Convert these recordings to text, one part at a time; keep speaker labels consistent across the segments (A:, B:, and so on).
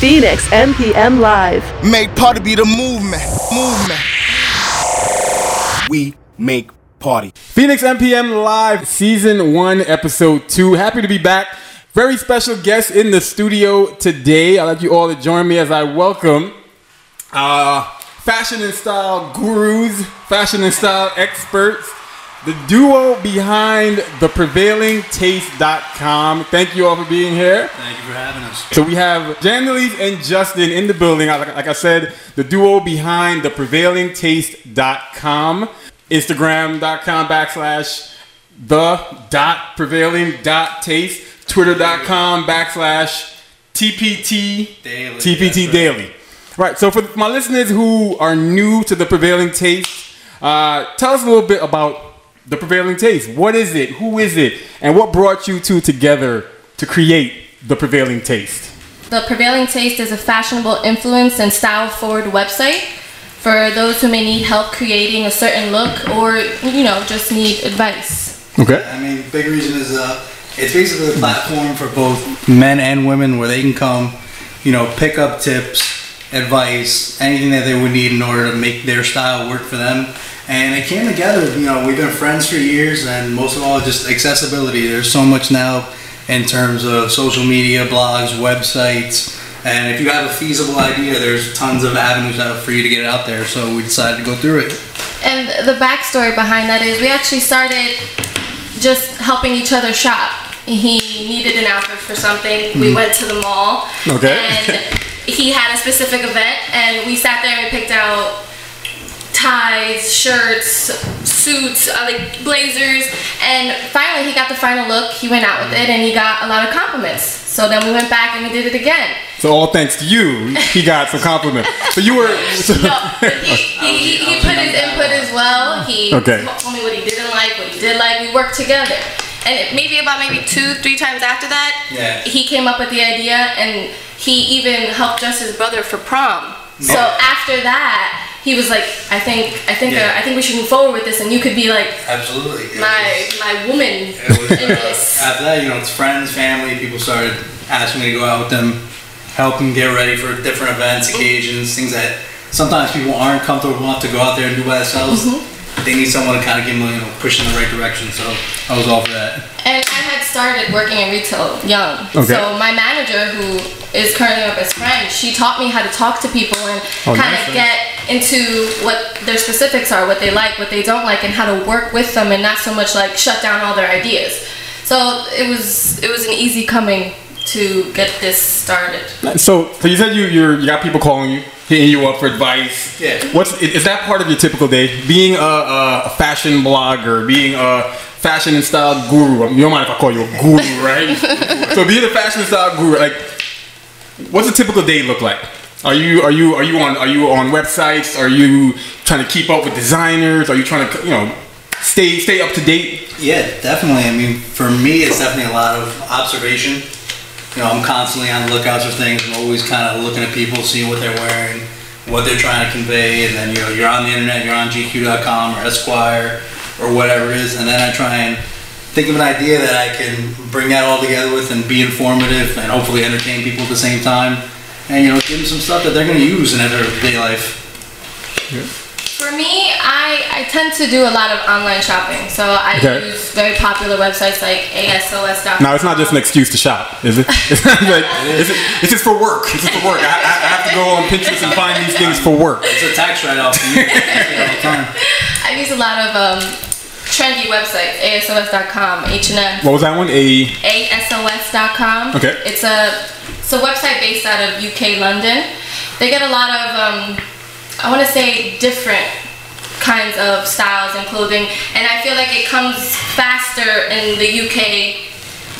A: Phoenix NPM Live.
B: Make party be the movement. Movement. We make party.
C: Phoenix MPM Live, Season 1, Episode 2. Happy to be back. Very special guest in the studio today. I'd like you all to join me as I welcome uh, fashion and style gurus, fashion and style experts, the duo behind the prevailingtaste.com. Thank you all for being here.
D: Thank you for having us.
C: So we have Jandelise and Justin in the building. Like, like I said, the duo behind the prevailingtaste.com, Instagram.com backslash the dot prevailing dot taste, Twitter.com backslash TPT
D: Daily, that's
C: TPT
D: right.
C: daily. Right. So for my listeners who are new to the prevailing taste, uh, tell us a little bit about the prevailing taste. What is it? Who is it? And what brought you two together to create the prevailing taste?
E: The Prevailing Taste is a fashionable influence and style forward website for those who may need help creating a certain look or, you know, just need advice.
C: Okay.
D: I mean, big reason is uh, it's basically a platform for both men and women where they can come, you know, pick up tips, advice, anything that they would need in order to make their style work for them. And it came together. You know, we've been friends for years, and most of all, just accessibility. There's so much now in terms of social media, blogs, websites. And if you have a feasible idea, there's tons of avenues out for you to get it out there. So we decided to go through it.
E: And the backstory behind that is we actually started just helping each other shop. He needed an outfit for something. We went to the mall.
C: Okay.
E: And he had a specific event, and we sat there and picked out ties, shirts, suits, uh, like blazers, and finally he got the final look. He went out with it, and he got a lot of compliments. So then we went back and we did it again.
C: So all thanks to you, he got some compliments. So you were. so-
E: No, he, he, he, he put his input as well. He
C: Okay.
E: told me what he didn't like, what he did like. We worked together. And it- maybe about maybe two, three times after that,
D: Yeah.
E: he came up with the idea and he even helped dress his brother for prom. So after that, he was like, I think, I think,
D: Yeah.
E: uh, I think we should move forward with this, and you could be like
D: Absolutely. It
E: my
D: was-
E: my woman.
D: It was,
E: in
D: uh,
E: this.
D: after that, you know, it's friends, family, people started asking me to go out with them, help them get ready for different events, occasions, things that sometimes people aren't comfortable enough to go out there and do by themselves. They need someone to kind of give them, you know, push in the right direction. So I was all for that.
E: And I had started working in retail young.
C: Okay.
E: So my manager, who is currently my best friend, she taught me how to talk to people and
C: Oh,
E: kind
C: nice.
E: of get into what their specifics are, what they like, what they don't like, and how to work with them, and not so much like shut down all their ideas. So it was it was an easy coming to get this started.
C: So, so you said you you're, you got people calling you, hitting you up for advice.
D: Yeah.
C: What's i- is that part of your typical day? Being a, a a fashion blogger, being a fashion and style guru. You don't mind if I call you a guru, right? so being a fashion and style guru, like, what's a typical day look like? Are you are you are you on are you on websites? Are you trying to keep up with designers? Are you trying to you know stay stay up to date?
D: Yeah, definitely. I mean, for me, it's definitely a lot of observation. You know, I'm constantly on the lookouts for things. I'm always kind of looking at people, seeing what they're wearing, what they're trying to convey, and then you know, you're on the internet, you're on GQ.com or Esquire or whatever it is, and then I try and think of an idea that I can bring that all together with and be informative and hopefully entertain people at the same time, and you know, give them some stuff that they're going to use in their everyday life.
E: For me, I, I tend to do a lot of online shopping. So I
C: Okay.
E: use very popular websites like ASOS.com.
C: Now it's not just an excuse to shop, is it? It's not like it's, it's just for work. It's just for work. I, I, I have to go on Pinterest and find these things for work.
D: It's a tax write-off. for me. all the time.
E: I use a lot of um, trendy websites, ASOS.com, H&M,
C: What was that one? A
E: ASOS.com.
C: Okay.
E: It's a it's a website based out of UK London. They get a lot of um, I want to say different kinds of styles and clothing, and I feel like it comes faster in the UK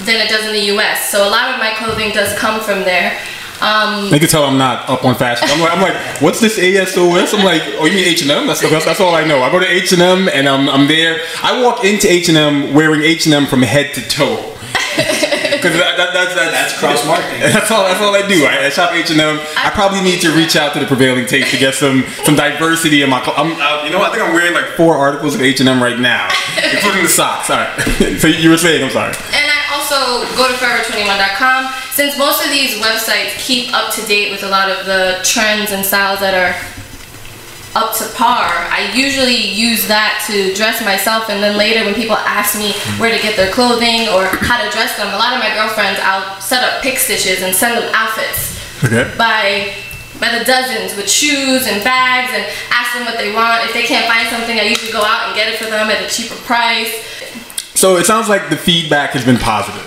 E: than it does in the US. So a lot of my clothing does come from there. Um,
C: they can tell I'm not up on fashion. I'm like, I'm like, what's this ASOS? I'm like, oh, you mean H and M? That's that's that's all I know. I go to H and M and I'm I'm there. I walk into H and M wearing H and M from head to toe. Because that, that, that's that's
D: That's cross-marketing.
C: That's all. That's all I do. I, I shop H and M. I probably need to reach out to the prevailing taste to get some some diversity in my. clo- I'm, I, Uh, you know, I think I'm wearing like four articles of H and M right now, including the socks. All right. so you were saying? I'm sorry.
E: And I also go to forever21.com. since most of these websites keep up to date with a lot of the trends and styles that are up to par, I usually use that to dress myself. And then later, when people ask me where to get their clothing or how to dress them, a lot of my girlfriends, I'll set up pick stitches and send them outfits
C: Okay.
E: by by the dozens with shoes and bags and ask them what they want. If they can't find something, I usually go out and get it for them at a cheaper price.
C: So it sounds like the feedback has been positive.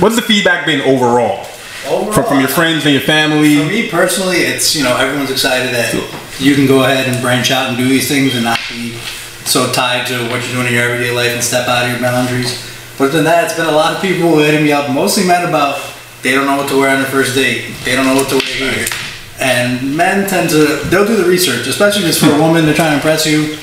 C: What's the feedback been overall? From, from your friends and your
D: For
C: family?
D: me personally, it's you know everyone's excited that you can go ahead and branch out and do these things and not be so tied to what you're doing in your everyday life and step out of your boundaries. But other than that, it's been a lot of people who hit me up, mostly men about they don't know what to wear on their first date. They don't know what to wear here. And men tend to they'll do the research, especially just for a woman. They're trying to impress you.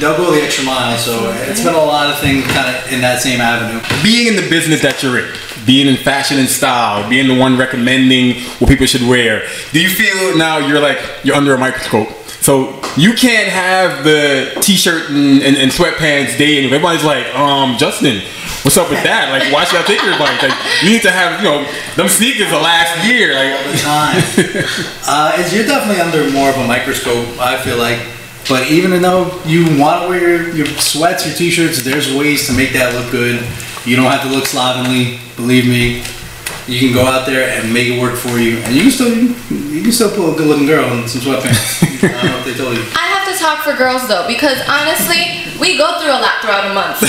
D: They'll go the extra mile. So it's been a lot of things kind of in that same avenue.
C: Being in the business that you're in, being in fashion and style, being the one recommending what people should wear, do you feel now you're like, you're under a microscope? So you can't have the t-shirt and, and, and sweatpants day and everybody's like, um, Justin, what's up with that? Like, why should I take your advice? Like, you need to have, you know, them sneakers the last year.
D: all
C: Like,
D: the time. uh, it's, you're definitely under more of a microscope, I feel like. But even though you want to wear your, your sweats, your t-shirts, there's ways to make that look good. You don't have to look slovenly. Believe me, you can go out there and make it work for you, and you can still you can still pull a good-looking girl in some sweatpants. I don't know if they told you.
E: I have to talk for girls though, because honestly, we go through a lot throughout a month.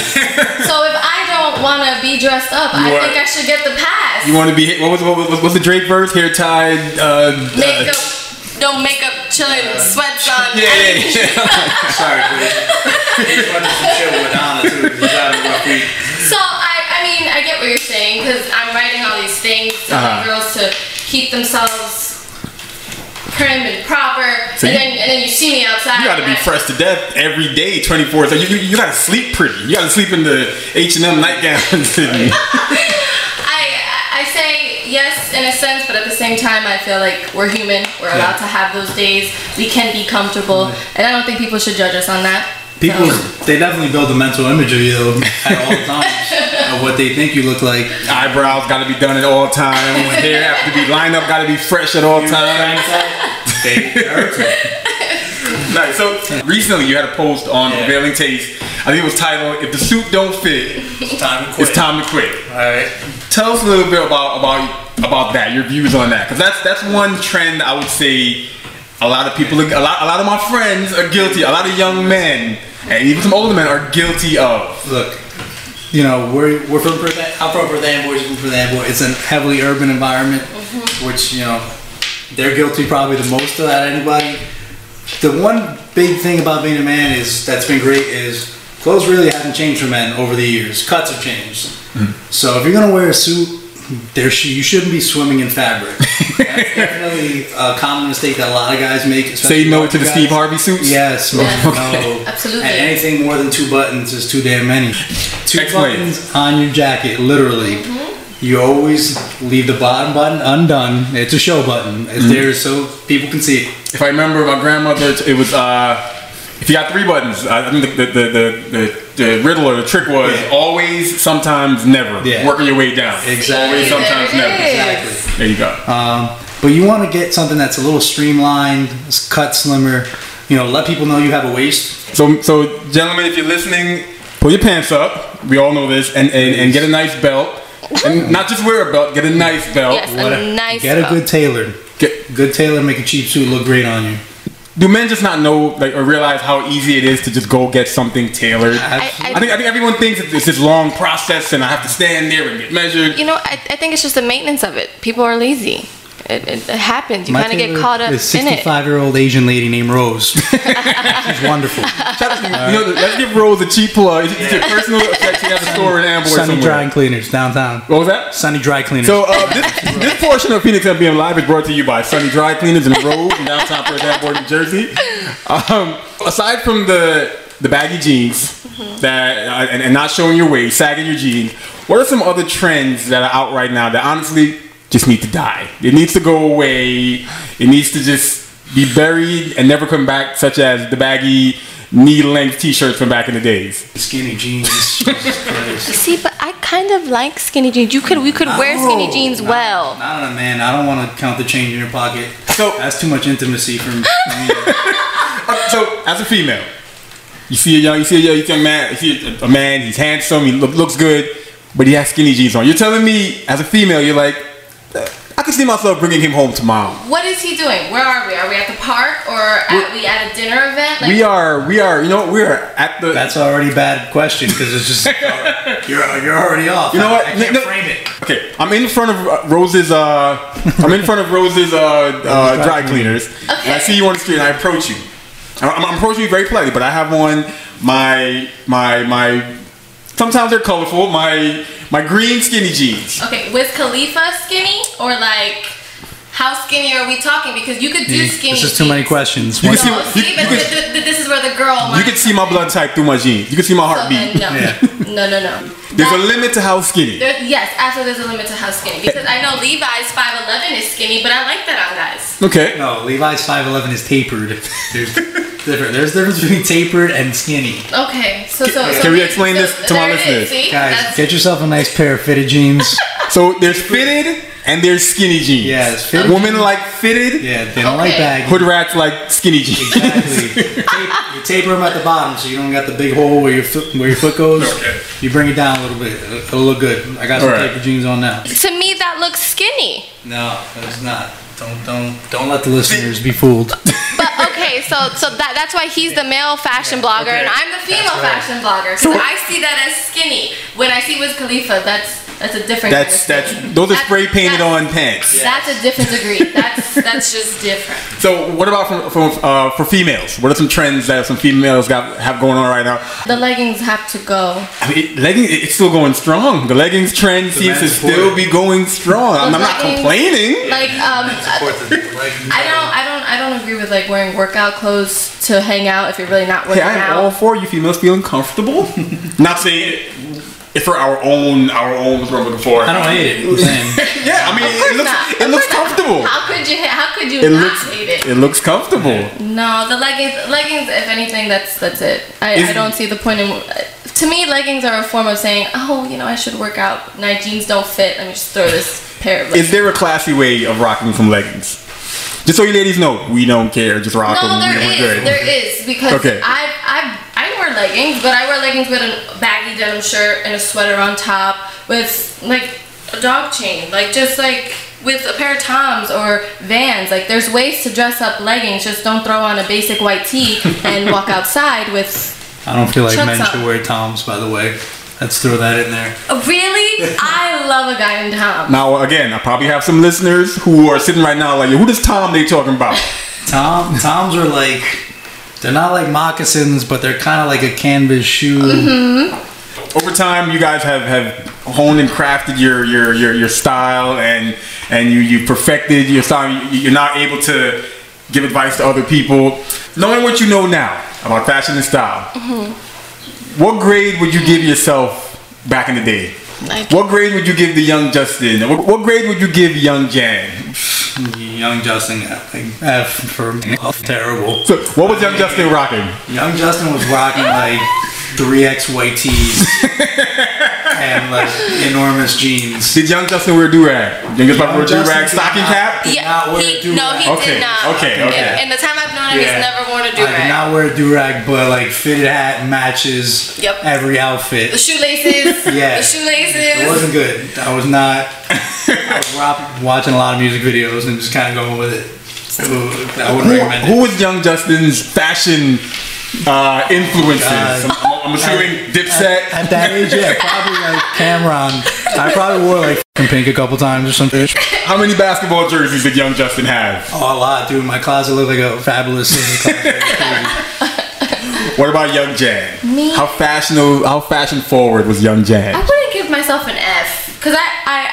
E: so if I don't want to be dressed up, I
C: You are-
E: think I should get the pass.
C: you want to be, what was, what was what's the Drake verse? Hair tied, uh,
E: makeup,
C: uh,
E: no makeup, chilling, sweats on.
C: yeah, yeah, yeah.
D: Sorry, please. It's fun to chill with Donna too. 'cause She's having a rough week.
E: So I, I mean, I get what you're saying because I'm writing all these things
C: Uh-huh.
E: telling girls to keep themselves prim and proper,
C: So
E: and
C: you-
E: then and then you see me outside.
C: You gotta
E: and
C: be
E: I-
C: fresh to death every day, 24. So you, you, you gotta sleep pretty. You gotta sleep in the H&M nightgowns. and-
E: I I say yes in a sense, but at the same time, I feel like we're human. We're allowed to have those days. We can be comfortable, and I don't think people should judge us on that.
D: People,
E: So-
D: they definitely build a mental image of you at all times of what they think you look like.
C: Eyebrows gotta be done at all time. Hair have to be lined up, gotta be fresh at all times.
D: They hurt me.
C: Nice. So recently you had a post on Prevailing Taste. I think it was titled, If the Suit Don't Fit,
D: Time to
C: It's Time to Quit.
D: All right.
C: Tell us a little bit about about about that. Your views on that, because that's that's one trend I would say a lot of people, a lot a lot of my friends are guilty. A lot of young men and even some older men are guilty of.
D: Look, you know, we're, we're from Perth, I'm from Perth Amboy, she's from Perth Amboy. It's a heavily urban environment, which, you know, they're guilty probably the most of that anybody. The one big thing about being a man is that's been great is clothes really haven't changed for men over the years. Cuts have changed.
C: Mm.
D: So if you're gonna wear a suit, there sh- you shouldn't be swimming in fabric. that's definitely a common mistake that a lot of guys make.
C: Say
D: especially
C: no to the
D: guys.
C: Steve Harvey suits.
D: Yes, no.
E: Absolutely.
D: And anything more than two buttons is too damn many. Two
C: Explain.
D: buttons on your jacket, literally.
E: Mm-hmm.
D: You always leave the bottom button undone. It's a show button.
C: Mm-hmm.
D: It's there so people can see it.
C: If I remember, my grandmother, it was uh, if you got three buttons, I I think the the the the, the, the riddle or the trick was
D: Yeah.
C: always, sometimes, never.
D: Yeah.
C: Working your way down.
D: Exactly.
C: Always, sometimes,
E: There it
C: never.
E: is.
D: Exactly.
C: There you go.
D: Um, but you want to get something that's a little streamlined, it's cut slimmer. You know, let people know you have a waist.
C: So, so gentlemen, if you're listening, pull your pants up. We all know this, and and, and get a nice belt, and not just wear a belt. Get a nice belt.
E: Yes,
D: What
E: a nice.
D: Get a
E: cup.
D: good tailor.
C: Get,
D: Good tailor make a cheap suit look great on you.
C: do men just not know like or realize how easy it is to just go get something tailored? I,
E: I- I-
C: think I think everyone thinks that it's this long process, and I have to stand there and get measured.
E: You know, I, I think it's just the maintenance of it. People are lazy. It, it, it happens. You kind of get caught up in
D: This
E: it.
D: 65 year old Asian lady named Rose. She's wonderful.
C: Shout out to- you know, let's give Rose a cheap plug. It's, it's your personal effect. You have a store in Amboy
D: Sunny
C: somewhere.
D: Dry Cleaners downtown.
C: What was that?
D: Sunny Dry Cleaners.
C: So uh, this, this portion of Phoenix MBM Live is brought to you by Sunny Dry Cleaners and Road in downtown Perth Amboy, New Jersey. Um, aside from the the baggy jeans that uh, and, and not showing your waist, sagging your jeans, what are some other trends that are out right now that honestly just need to die? It needs to go away. It needs to just be buried and never come back, such as the baggy knee length T-shirts from back in the days.
D: skinny jeans. Jesus Christ.
E: See, but I kind of like skinny jeans. You could we could wear skinny
D: No,
E: jeans
D: no,
E: well.
D: No, no, man. I don't want to count the change in your pocket.
C: So-
D: that's too much intimacy for me.
C: Uh, so as a female, you see a young, you see a young, you see a man, you see a, a man. He's handsome. He look, looks good, but he has skinny jeans on. You're telling me, as a female, you're like, "Uh, I could see myself bringing him home tomorrow.
E: What is he doing? Where are we? Are we at the park or at, we at a dinner event? Like,
C: We are, we are, you know, we are at the.
D: that's already a bad question because it's just you're you're already off.
C: you know what?
D: I, I can't
C: No- no-
D: frame it.
C: Okay, I'm in front of uh, Rose's. Uh, I'm in front of Rose's uh, uh, dry cleaners. And I see you on the street, and I approach you. I'm, I'm- I'm approaching you very politely, but I have on my my my. Sometimes they're colorful. My my green skinny jeans.
E: okay, was Khalifa skinny or like how skinny are we talking? Because you could do skinny.
D: This is too many
E: jeans.
D: questions.
C: You
E: No,
C: can see-
E: see,
C: you-
E: but
C: you
E: th-
C: can-
E: th- th- this is where the girl.
C: You can see my blood type through my jeans. You can see my heartbeat.
E: uh, no,
D: Yeah.
E: no, no, no.
C: There's a
E: That-
C: limit to how skinny.
E: There, yes, absolutely. There's a limit to how skinny. Because I know Levi's five eleven is skinny, but I like that on guys.
C: Okay.
D: No, Levi's 5'11 is tapered. There's different. There's difference between tapered and skinny.
E: Okay, so so, so
C: can we explain this to my
E: there it
C: listeners?
E: is, see?
D: Guys,
E: That's-
D: get yourself a nice pair of fitted jeans.
C: So there's fitted and there's skinny jeans.
D: Yes, fitted
C: Women like fitted.
D: Yeah, they don't like
E: Okay.
D: baggy.
C: Hood rats like skinny jeans.
D: Exactly. Tape- you taper them at the bottom so you don't got the big hole where your foot where your foot goes.
C: Okay.
D: You bring it down a little bit. It'll, it'll look good. I got some
C: Alright.
D: tapered jeans on now.
E: to me, that looks skinny.
D: No, it's not. Don't don't don't let the listeners be fooled.
E: But okay, so so that that's why he's the male fashion blogger and I'm the female
D: That's right.
E: fashion blogger. So I see that as skinny. When I see Wiz Khalifa, that's that's a different. kind of
C: That's that's
E: skinny.
C: those are
E: That's-
C: spray painted
E: that's-
C: on pants.
E: That's a different degree. That's that's just different.
C: So what about from, from uh, for females? What are some trends that some females got have going on right now?
E: The leggings have to go.
C: I mean, it, leggings it's still going strong. The leggings trend seems to
D: man's
C: still
D: boy.
C: be going strong. I'm, I'm not
E: Leggings,
C: complaining.
E: Like um, I don't, I don't, I don't agree with like wearing workout clothes to hang out if you're really not
C: Hey,
E: working
C: I am
E: out.
C: all for you females feeling comfortable. Not saying it, it's for our own, our own. What I'm looking for.
D: I don't hate it. I'm saying,
C: Yeah, I mean,
E: Of course
C: it looks,
E: not.
C: it looks
E: Of course not.
C: comfortable.
E: How could you? How could you
C: It
E: not
C: looks,
E: hate it?
C: it looks comfortable.
E: No, the leggings. Leggings, if anything, that's that's it. I, I
C: Is-
E: don't see the point in. To me, leggings are a form of saying, oh, you know, I should work out. My jeans don't fit. Let me just throw this pair of.
C: Is
E: Leggings.
C: there a classy way of rocking some leggings? Just so you ladies know, we don't care. Just rock
E: no,
C: them.
E: there
C: we,
E: is.
C: we're good.
E: There is because
C: Okay.
E: I I I wear leggings, but I wear leggings with a baggy denim shirt and a sweater on top with like a dog chain, like just like with a pair of toms or vans. Like there's ways to dress up leggings. Just don't throw on a basic white tee and walk outside with
D: I don't feel like
E: Shuts
D: men
E: up.
D: should wear toms. By the way, let's throw that in there.
E: Really? I love a guy in Tom.
C: Now, again, I probably have some listeners who are sitting right now like, who does Tom they talking about?
D: Tom toms are like they're not like moccasins, but they're kind of like a canvas shoe.
C: Over time, you guys have, have honed and crafted your, your, your, your style and, and you, you perfected your style. You, you're now able to give advice to other people. Knowing what you know now about fashion and style, what grade would you give yourself back in the day?
E: Like-
C: what grade would you give the young Justin? What, what grade would you give young Jan?
D: Young Justin, uh, like, F for me. Oh, terrible.
C: So, what was young Justin rocking?
D: Young Justin was rocking like three X white tees and like enormous jeans.
C: Did young Justin wear a do-rag? Young Justin wear a
D: Justin
C: do-rag
D: did
C: stocking
D: not.
C: cap?
D: did not
E: Yeah,
D: wear
E: he,
D: a do-rag.
E: no, he
C: Okay,
E: did not.
C: okay, okay.
E: In, in the time I've known him, he's never worn a do
D: I did
E: rag.
D: not wear a do rag, but like fitted hat matches
E: Yep.
D: every
E: The
D: outfit.
E: shoelaces. The
D: Yeah. It
E: shoelaces.
D: wasn't good. I was not. I was rock- watching a lot of music videos and just kind of going with it. Ooh, I wouldn't
C: Who,
D: recommend it.
C: who was young Justin's fashion uh, influences?
D: God.
C: I'm, I'm- I'm assuming
D: at,
C: Dipset.
D: at that age, yeah, probably like Cameron. I probably wore like fucking pink a couple times or something.
C: How many basketball jerseys did young Justin have?
D: Oh, a lot, dude. My closet looked like a fabulous.
C: What about young Jan?
E: Me?
C: How fashionable? How fashion forward was young
E: I
C: Jan?
E: wouldn't give myself an F because I,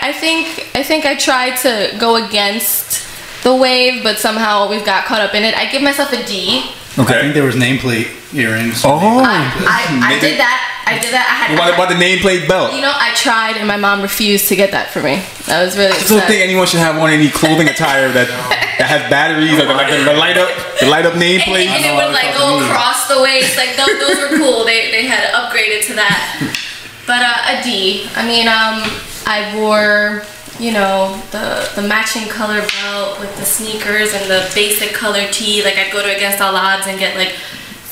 E: I, I think I think I tried to go against the wave, but somehow always got caught up in it. I give myself a D.
D: I think
C: Okay.
D: there was nameplate earrings.
C: Oh.
E: I I, I did that. I did that. I had.
C: What about the nameplate belt?
E: you know, I tried, and my mom refused to get that for me. I was really.
C: I just don't
E: upset.
C: think anyone should have on any clothing attire that that has batteries or the, like the, the light up the light up
E: And, it- and
C: nameplate.
E: it
D: I know
E: would
D: what
E: like
D: you're
E: go
D: talking
E: across the waist. Like those, those were cool. They, they had upgraded to that. But uh, a D. I mean, um, I wore, you know, the the matching color belt with the sneakers and the basic color tee. Like I'd go to Against All Odds and get like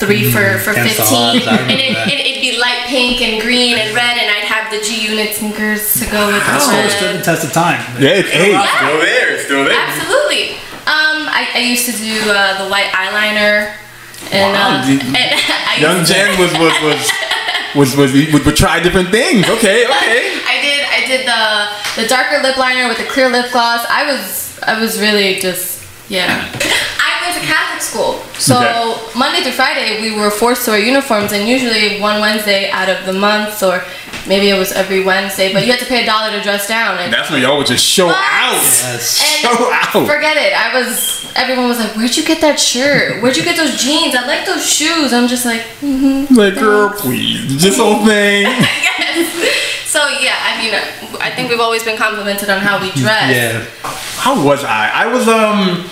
E: three for for
D: Mm-hmm. Against
E: fifteen,
D: All Odds, I
E: and it,
D: remember that.
E: it, it'd be light pink and green and red, and I'd have the G Unit sneakers to go with
D: That store
E: the
D: stood
E: red.
D: the test of time.
C: Yeah, it's hey,
E: Yeah.
C: still there, it's still there.
E: Absolutely. Um, I, I used to do uh, the white eyeliner. And,
C: Wow,
E: uh,
C: dude.
E: and I
C: Young
E: used to-
C: Jen was was was was was, would, would try different things. Okay, okay.
E: I did. I did the the darker lip liner with the clear lip gloss. I was I was really just yeah. I went to Catholic school, so
C: Okay.
E: Monday through Friday we were forced to wear uniforms, and usually one Wednesday out of the month, or maybe it was every Wednesday, but you had to pay a dollar to dress down. And,
C: That's when y'all would just show
E: What?
C: out.
D: Yes.
E: and
C: Show out.
E: forget it. I was. Everyone was like, "Where'd you get that shirt? Where'd you get those jeans? I like those shoes." I'm just like, "Mm-hmm."
C: Like, girl, please. This whole thing.
E: yes. So yeah, I mean, I think we've always been complimented on how we dress.
D: Yeah.
C: How was I? I was um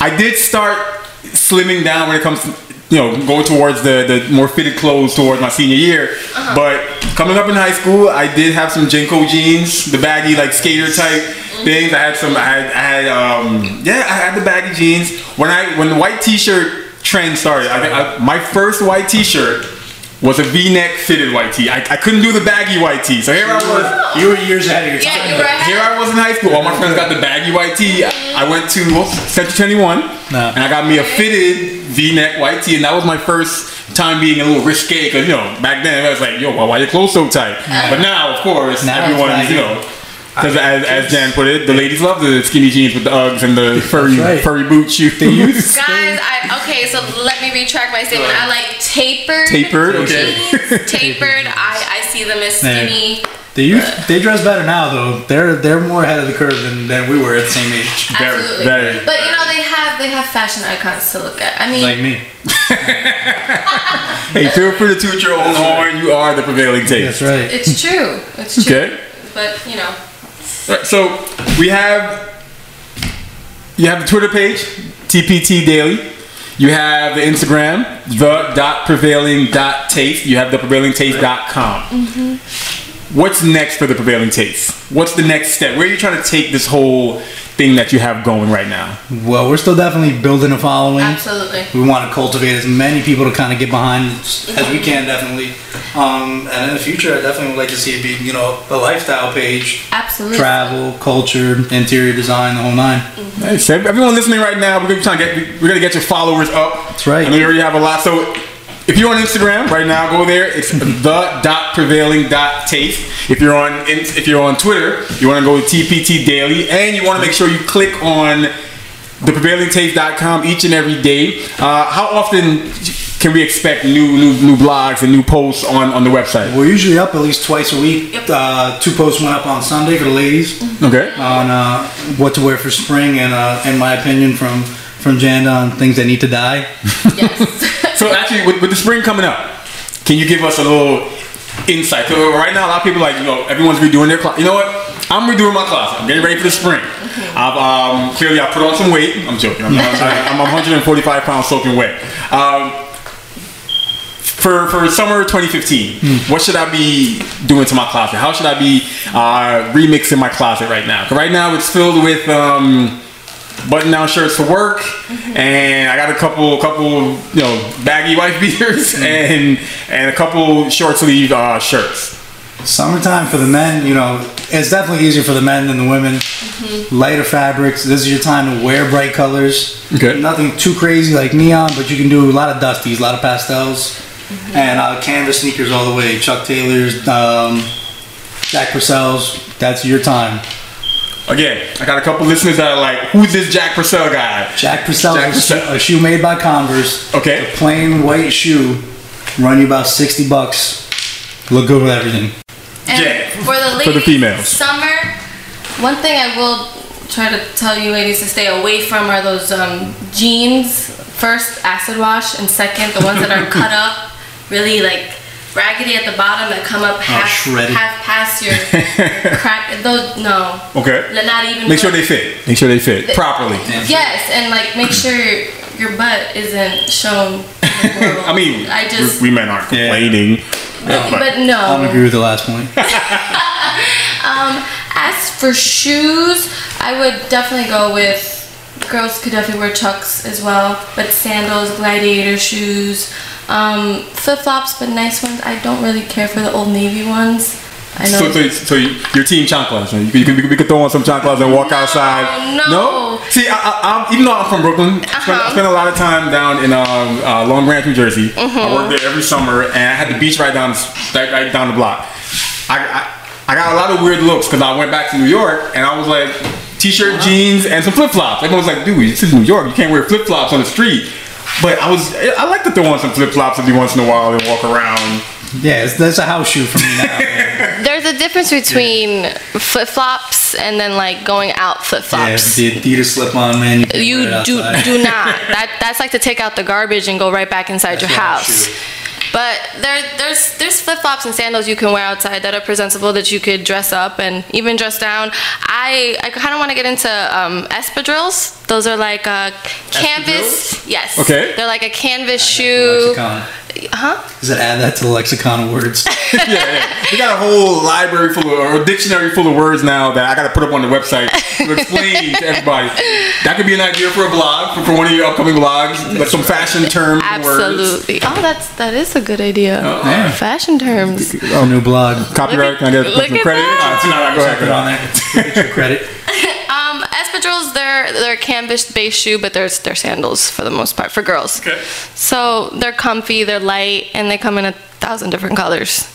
C: I did start slimming down when it comes to you know, going towards the, the more fitted clothes towards my senior year. But coming up in high school, I did have some Jenko jeans, the baggy like skater type things. I had some I had, I had um yeah, I had the baggy jeans. When I when the white t-shirt trend started, I, think I my first white t-shirt was a V-neck fitted white tee. I, I couldn't do the baggy white tee. So here I was
D: You were years ahead of your
E: Yeah,
D: time.
E: you were ahead.
C: here I was in high school. All my friends got the baggy white tee. I went to oops, Central 21
D: Nah.
C: and I got me a fitted V-neck white tee, and that was my first time being a little risque because you know back then I was like, yo, why, why your clothes so tight? But now, of course,
D: Now it's
C: everyone's you
D: baggy.
C: know. Because as, as Jan put it, the ladies love the skinny jeans with the Uggs and the furry
D: right.
C: furry boot shoes. The youth
E: Guys, I okay, so let me retract my statement. I like tapered.
C: tapered. Okay.
E: jeans, tapered. I, I see them as skinny.
D: The youth, they dress better now though. They're they're more ahead of the curve than, than we were at the same age.
C: Very,
E: Absolutely.
C: very.
E: But you know they have they have fashion icons to look at. I mean,
D: Like me.
C: Hey, feel free to toot your own horn. You are the prevailing taste.
D: That's right.
E: it's true. It's true.
C: Okay.
E: But you know,
C: Right, so we have you have the Twitter page TPT Daily. You have the Instagram the dot prevailing dot taste. You have the prevailing taste dot com. What's next for the prevailing taste? What's the next step? Where are you trying to take this whole thing that you have going right now?
D: Well, we're still definitely building a following.
E: absolutely.
D: We want to cultivate as many people to kind of get behind as we can, definitely. Um, and in the future, I definitely would like to see it be, you know, a lifestyle page,
E: Absolutely.
D: travel, culture, interior design, the whole nine.
C: Hey, so everyone listening right now, we're gonna be trying to get we're gonna get your followers up.
D: That's right.
C: I know you already have a lot. So if you're on Instagram right now, go there. It's the dot prevailing dot taste. If you're on in- if you're on Twitter, you want to go to TPT Daily, and you want to make sure you click on the theprevailingtaste.com each and every day. Uh, how often can we expect new new new blogs and new posts on on the website?
D: We're usually up at least twice a week. Uh, two posts went up on Sunday for the ladies
C: Okay.
D: on uh, what to wear for spring and, uh, in my opinion, from from Janda on things that need to die.
E: Yes.
C: So actually, with, with the spring coming up, can you give us a little insight? 'Cause right now, a lot of people like you know everyone's redoing their closet. You know what? I'm redoing my closet. I'm getting ready for the spring. I've um, clearly I put on some weight. I'm joking. I'm, I'm, I'm 145 pounds soaking wet. Um, for, for summer 2015, what should I be doing to my closet? How should I be uh, remixing my closet right now? 'Cause right now it's filled with um, button down shirts for work, and I got a couple couple you know baggy wife beaters and and a couple short sleeve uh, shirts.
D: Summertime for the men, you know, it's definitely easier for the men than the women. Lighter fabrics. This is your time to wear bright colors.
C: Okay.
D: Nothing too crazy like neon, but you can do a lot of dusties, a lot of pastels, and uh, canvas sneakers all the way. Chuck Taylors, um, Jack Purcell's. That's your time.
C: Again, I got a couple listeners that are like, "Who's this Jack Purcell guy?"
D: Jack Purcell's
C: Jack
D: a shoe-
C: Purcell.
D: a shoe made by Converse.
C: Okay.
D: A plain white shoe, run you about sixty bucks. Look good with everything.
E: And
C: Yeah.
E: for the ladies,
C: the females.
E: Summer. One thing I will try to tell you ladies to stay away from are those um, jeans. First, acid wash, and second, the ones that are cut up, really like raggedy at the bottom that come
C: Oh,
E: up half,
D: shredded.
E: half past your crack. Those no,
C: Okay.
E: not even.
C: Make sure they fit. Make sure they fit properly.
E: Yes, and like make sure your, your butt isn't shown.
C: I mean,
E: I just
C: we, we men aren't
D: Yeah.
C: complaining.
F: but no.
D: I don't agree with the last point.
F: Um, As for shoes, I would definitely go with girls could definitely wear chucks as well, but sandals, gladiator shoes, um, flip flops, but nice ones. I don't really care for the old navy ones. I know.
C: So, so, so you- your team chanclas. You, could- you, could- we could throw on some chanclas and walk outside.
F: no.
C: See, I, I, I'm, even though I'm from Brooklyn, I, spent, I
F: Uh-huh.
C: spent a lot of time down in um, uh, Long Branch, New Jersey.
F: Mm-hmm.
C: I worked there every summer, and I had the beach right down, right, right down the block. I, I, I got a lot of weird looks because I went back to New York, and I was like, t-shirt, jeans, and some flip flops. Everyone was like, "Dude, this is New York. You can't wear flip flops on the street." But I was, I like to throw on some flip flops every once in a while and walk around.
D: Yeah, it's, that's a house shoe for me now. man.
E: There's a difference between flip flops and then like going out flip
D: yeah,
E: flops.
D: the Adidas slip on, man. You, can
E: you
D: wear it
E: do
D: outside.
E: do not. That that's like to take out the garbage and go right back inside your
D: not
E: house.
D: true.
E: But there there's there's flip flops and sandals you can wear outside that are presentable that you could dress up and even dress down. I I kind of want to get into um, espadrilles. Those are like a canvas. Yes.
C: Okay.
E: They're like a canvas shoe.
D: Lexicon.
E: Huh?
D: Does it add that to the lexicon of words?
C: yeah, yeah. We got a whole library full of, or a dictionary full of words now that I got to put up on the website to explain to everybody. That could be an idea for a blog, for, for one of your upcoming blogs, like some fashion terms and words.
E: Absolutely. Oh, that's that is a good idea.
C: yeah.
E: Fashion terms.
D: Oh, new blog.
C: Copyright, can I get
E: Look at-
C: some
E: look at
C: credit?
E: that.
C: Oh, no, no, go ahead,
D: Put
C: go
D: it
C: ahead.
D: on there. Get your credit.
E: Um, espadrilles, they're they're a canvas-based shoe, but they're they're sandals for the most part for girls.
C: Okay.
E: So they're comfy, they're light, and they come in a thousand different colors.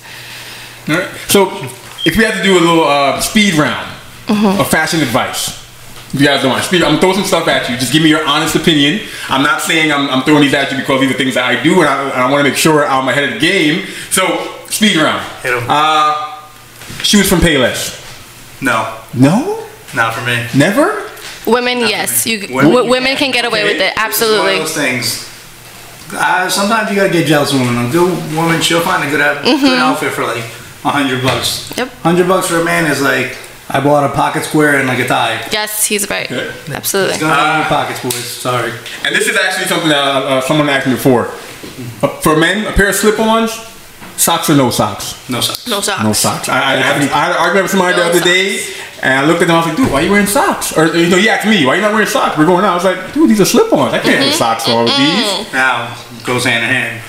C: All right. So, if we had to do a little uh, speed round of fashion advice, if you guys don't mind, speed, I'm gonna throw some stuff at you. Just give me your honest opinion. I'm not saying I'm, I'm throwing these at you because these are things that I do, and I, and I want to make sure I'm ahead of the game. So, speed round.
G: Hit 'em.
C: Uh, shoes from Payless.
G: No,
C: No,
G: not for me.
C: never.
E: Women, yes, you w-
G: Women,
E: women,
G: you
E: can get away with it. Absolutely.
G: It's one of those things.
D: Uh, sometimes you gotta get jealous of women. A good woman, she'll find a good, out- good outfit for like a hundred bucks.
E: Mm-hmm. Yep.
D: Hundred bucks for a man is like I bought a pocket square and like a tie.
E: Yes, he's right.
C: Okay.
E: Absolutely.
D: It's gonna be in your pockets, boys. Sorry.
C: And this is actually something that uh, uh, someone asked me before. Uh, for men, a pair of slip-ons, socks or no socks.
D: No socks.
E: No socks.
C: No socks. I, I, I, had, I had an argument with somebody the
E: No
C: other
E: socks.
C: day, and I looked at them. I was like, "Dude, why you wearing socks?" Or you know, he asked me, "Why you not wearing socks?" We're going out. I was like, "Dude, these are slip-ons. I can't
E: Mm-hmm.
C: wear socks on with these."
D: Now goes hand in hand.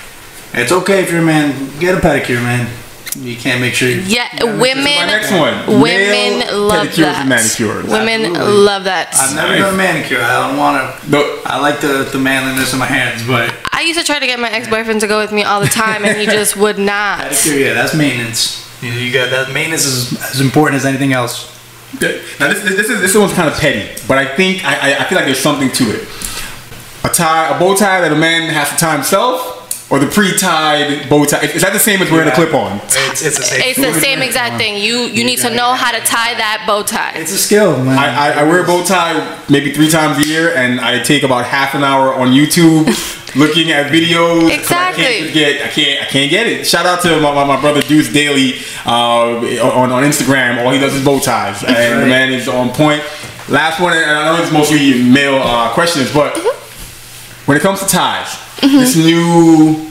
D: It's okay if you're a man. Get a pedicure, man. You can't make sure. You,
E: Yeah,
C: This is my next
E: women.
C: one.
E: Women
C: Nail
E: love
C: pedicures
E: that.
C: And manicures.
E: Women
D: Absolutely.
E: love that.
D: I've never done a manicure. I don't want to.
C: No,
D: I like the the manliness in my hands, but
E: I used to try to get my ex-boyfriend to go with me all the time, and he just would not.
D: pedicure, yeah, that's maintenance. You, you got that maintenance is as important as anything else.
C: now this, this, this is this one's kind of petty, but I think I, I, I feel like there's something to it. A tie, a bow tie that a man has to tie himself, or the pre-tied bow tie. Is that the same as wearing a
G: Yeah.
C: clip-on?
G: It's, it's the same.
E: It's the same exact thing. You you need to know how to tie that bow tie.
D: It's a skill, man.
C: I, I, I wear a bow tie maybe three times a year, and I take about half an hour on YouTube looking at videos. 'cause
E: Exactly.
C: I can't, get, I can't. I can't get it. Shout out to my, my, my brother Deuce Daily uh, on on Instagram. All he does is bow ties, and the
D: Right.
C: man is on point. Last one, and I know it's mostly male uh, questions, but when it comes to ties, this new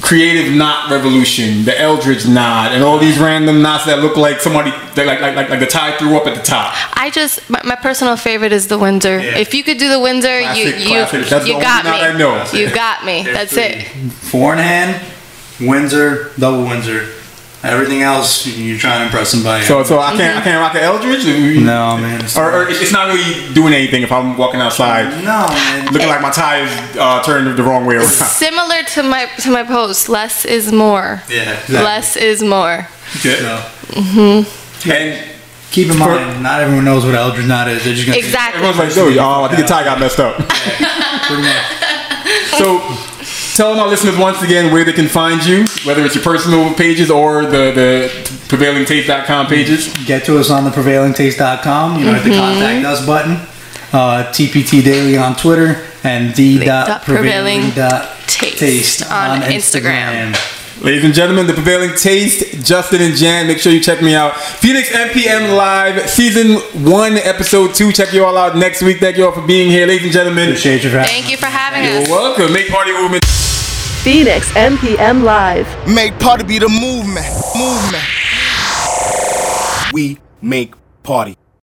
C: creative knot revolution, the Eldridge knot, and all these random knots that look like somebody that like like like, like the tie threw up at the top.
E: I just my, my personal favorite is the Windsor. If you could do the Windsor, you
C: Classic,
E: you
C: classic. That's the
E: you
C: only
E: got me.
C: knot I know.
E: You got me. That's it.
D: Four in hand, Windsor, double Windsor. Everything else, you're trying to impress somebody.
C: So, so I can't, I can't rock an Eldridge.
D: no, man. it's-
C: Or, or it's not really doing anything if I'm walking outside
D: no, man.
C: looking like my tie is uh, turned the wrong way around.
E: Similar to my to my post, less is more.
D: Yeah.
E: Less is more.
C: Yeah.
D: So,
C: And
D: keep in mind, not everyone knows what Eldridge Knot is. They're just gonna
E: Exactly.
C: everyone's like, "Dude, oh, I think your tie got messed up."
D: think pretty much.
C: So, tell my listeners once again where they can find you, whether it's your personal pages or the the prevailingtaste.com pages.
D: Get to us on the prevailingtaste.com. You know, hit
E: Mm-hmm.
D: the contact us button. Uh, TPT Daily on Twitter and the dot
E: Dot prevailing
D: dot
E: taste
D: taste
E: on Instagram.
C: Ladies and gentlemen, the prevailing taste, Justin and Jan. Make sure you check me out. Phoenix MPM Live, season one, episode two. Check you all out next week. Thank you all for being here, ladies and gentlemen.
D: Appreciate you for having us.
E: Thank you for having
C: You're
E: us.
C: welcome. Make party movement.
A: Phoenix NPM Live.
B: Make party be the movement. Movement. We make party.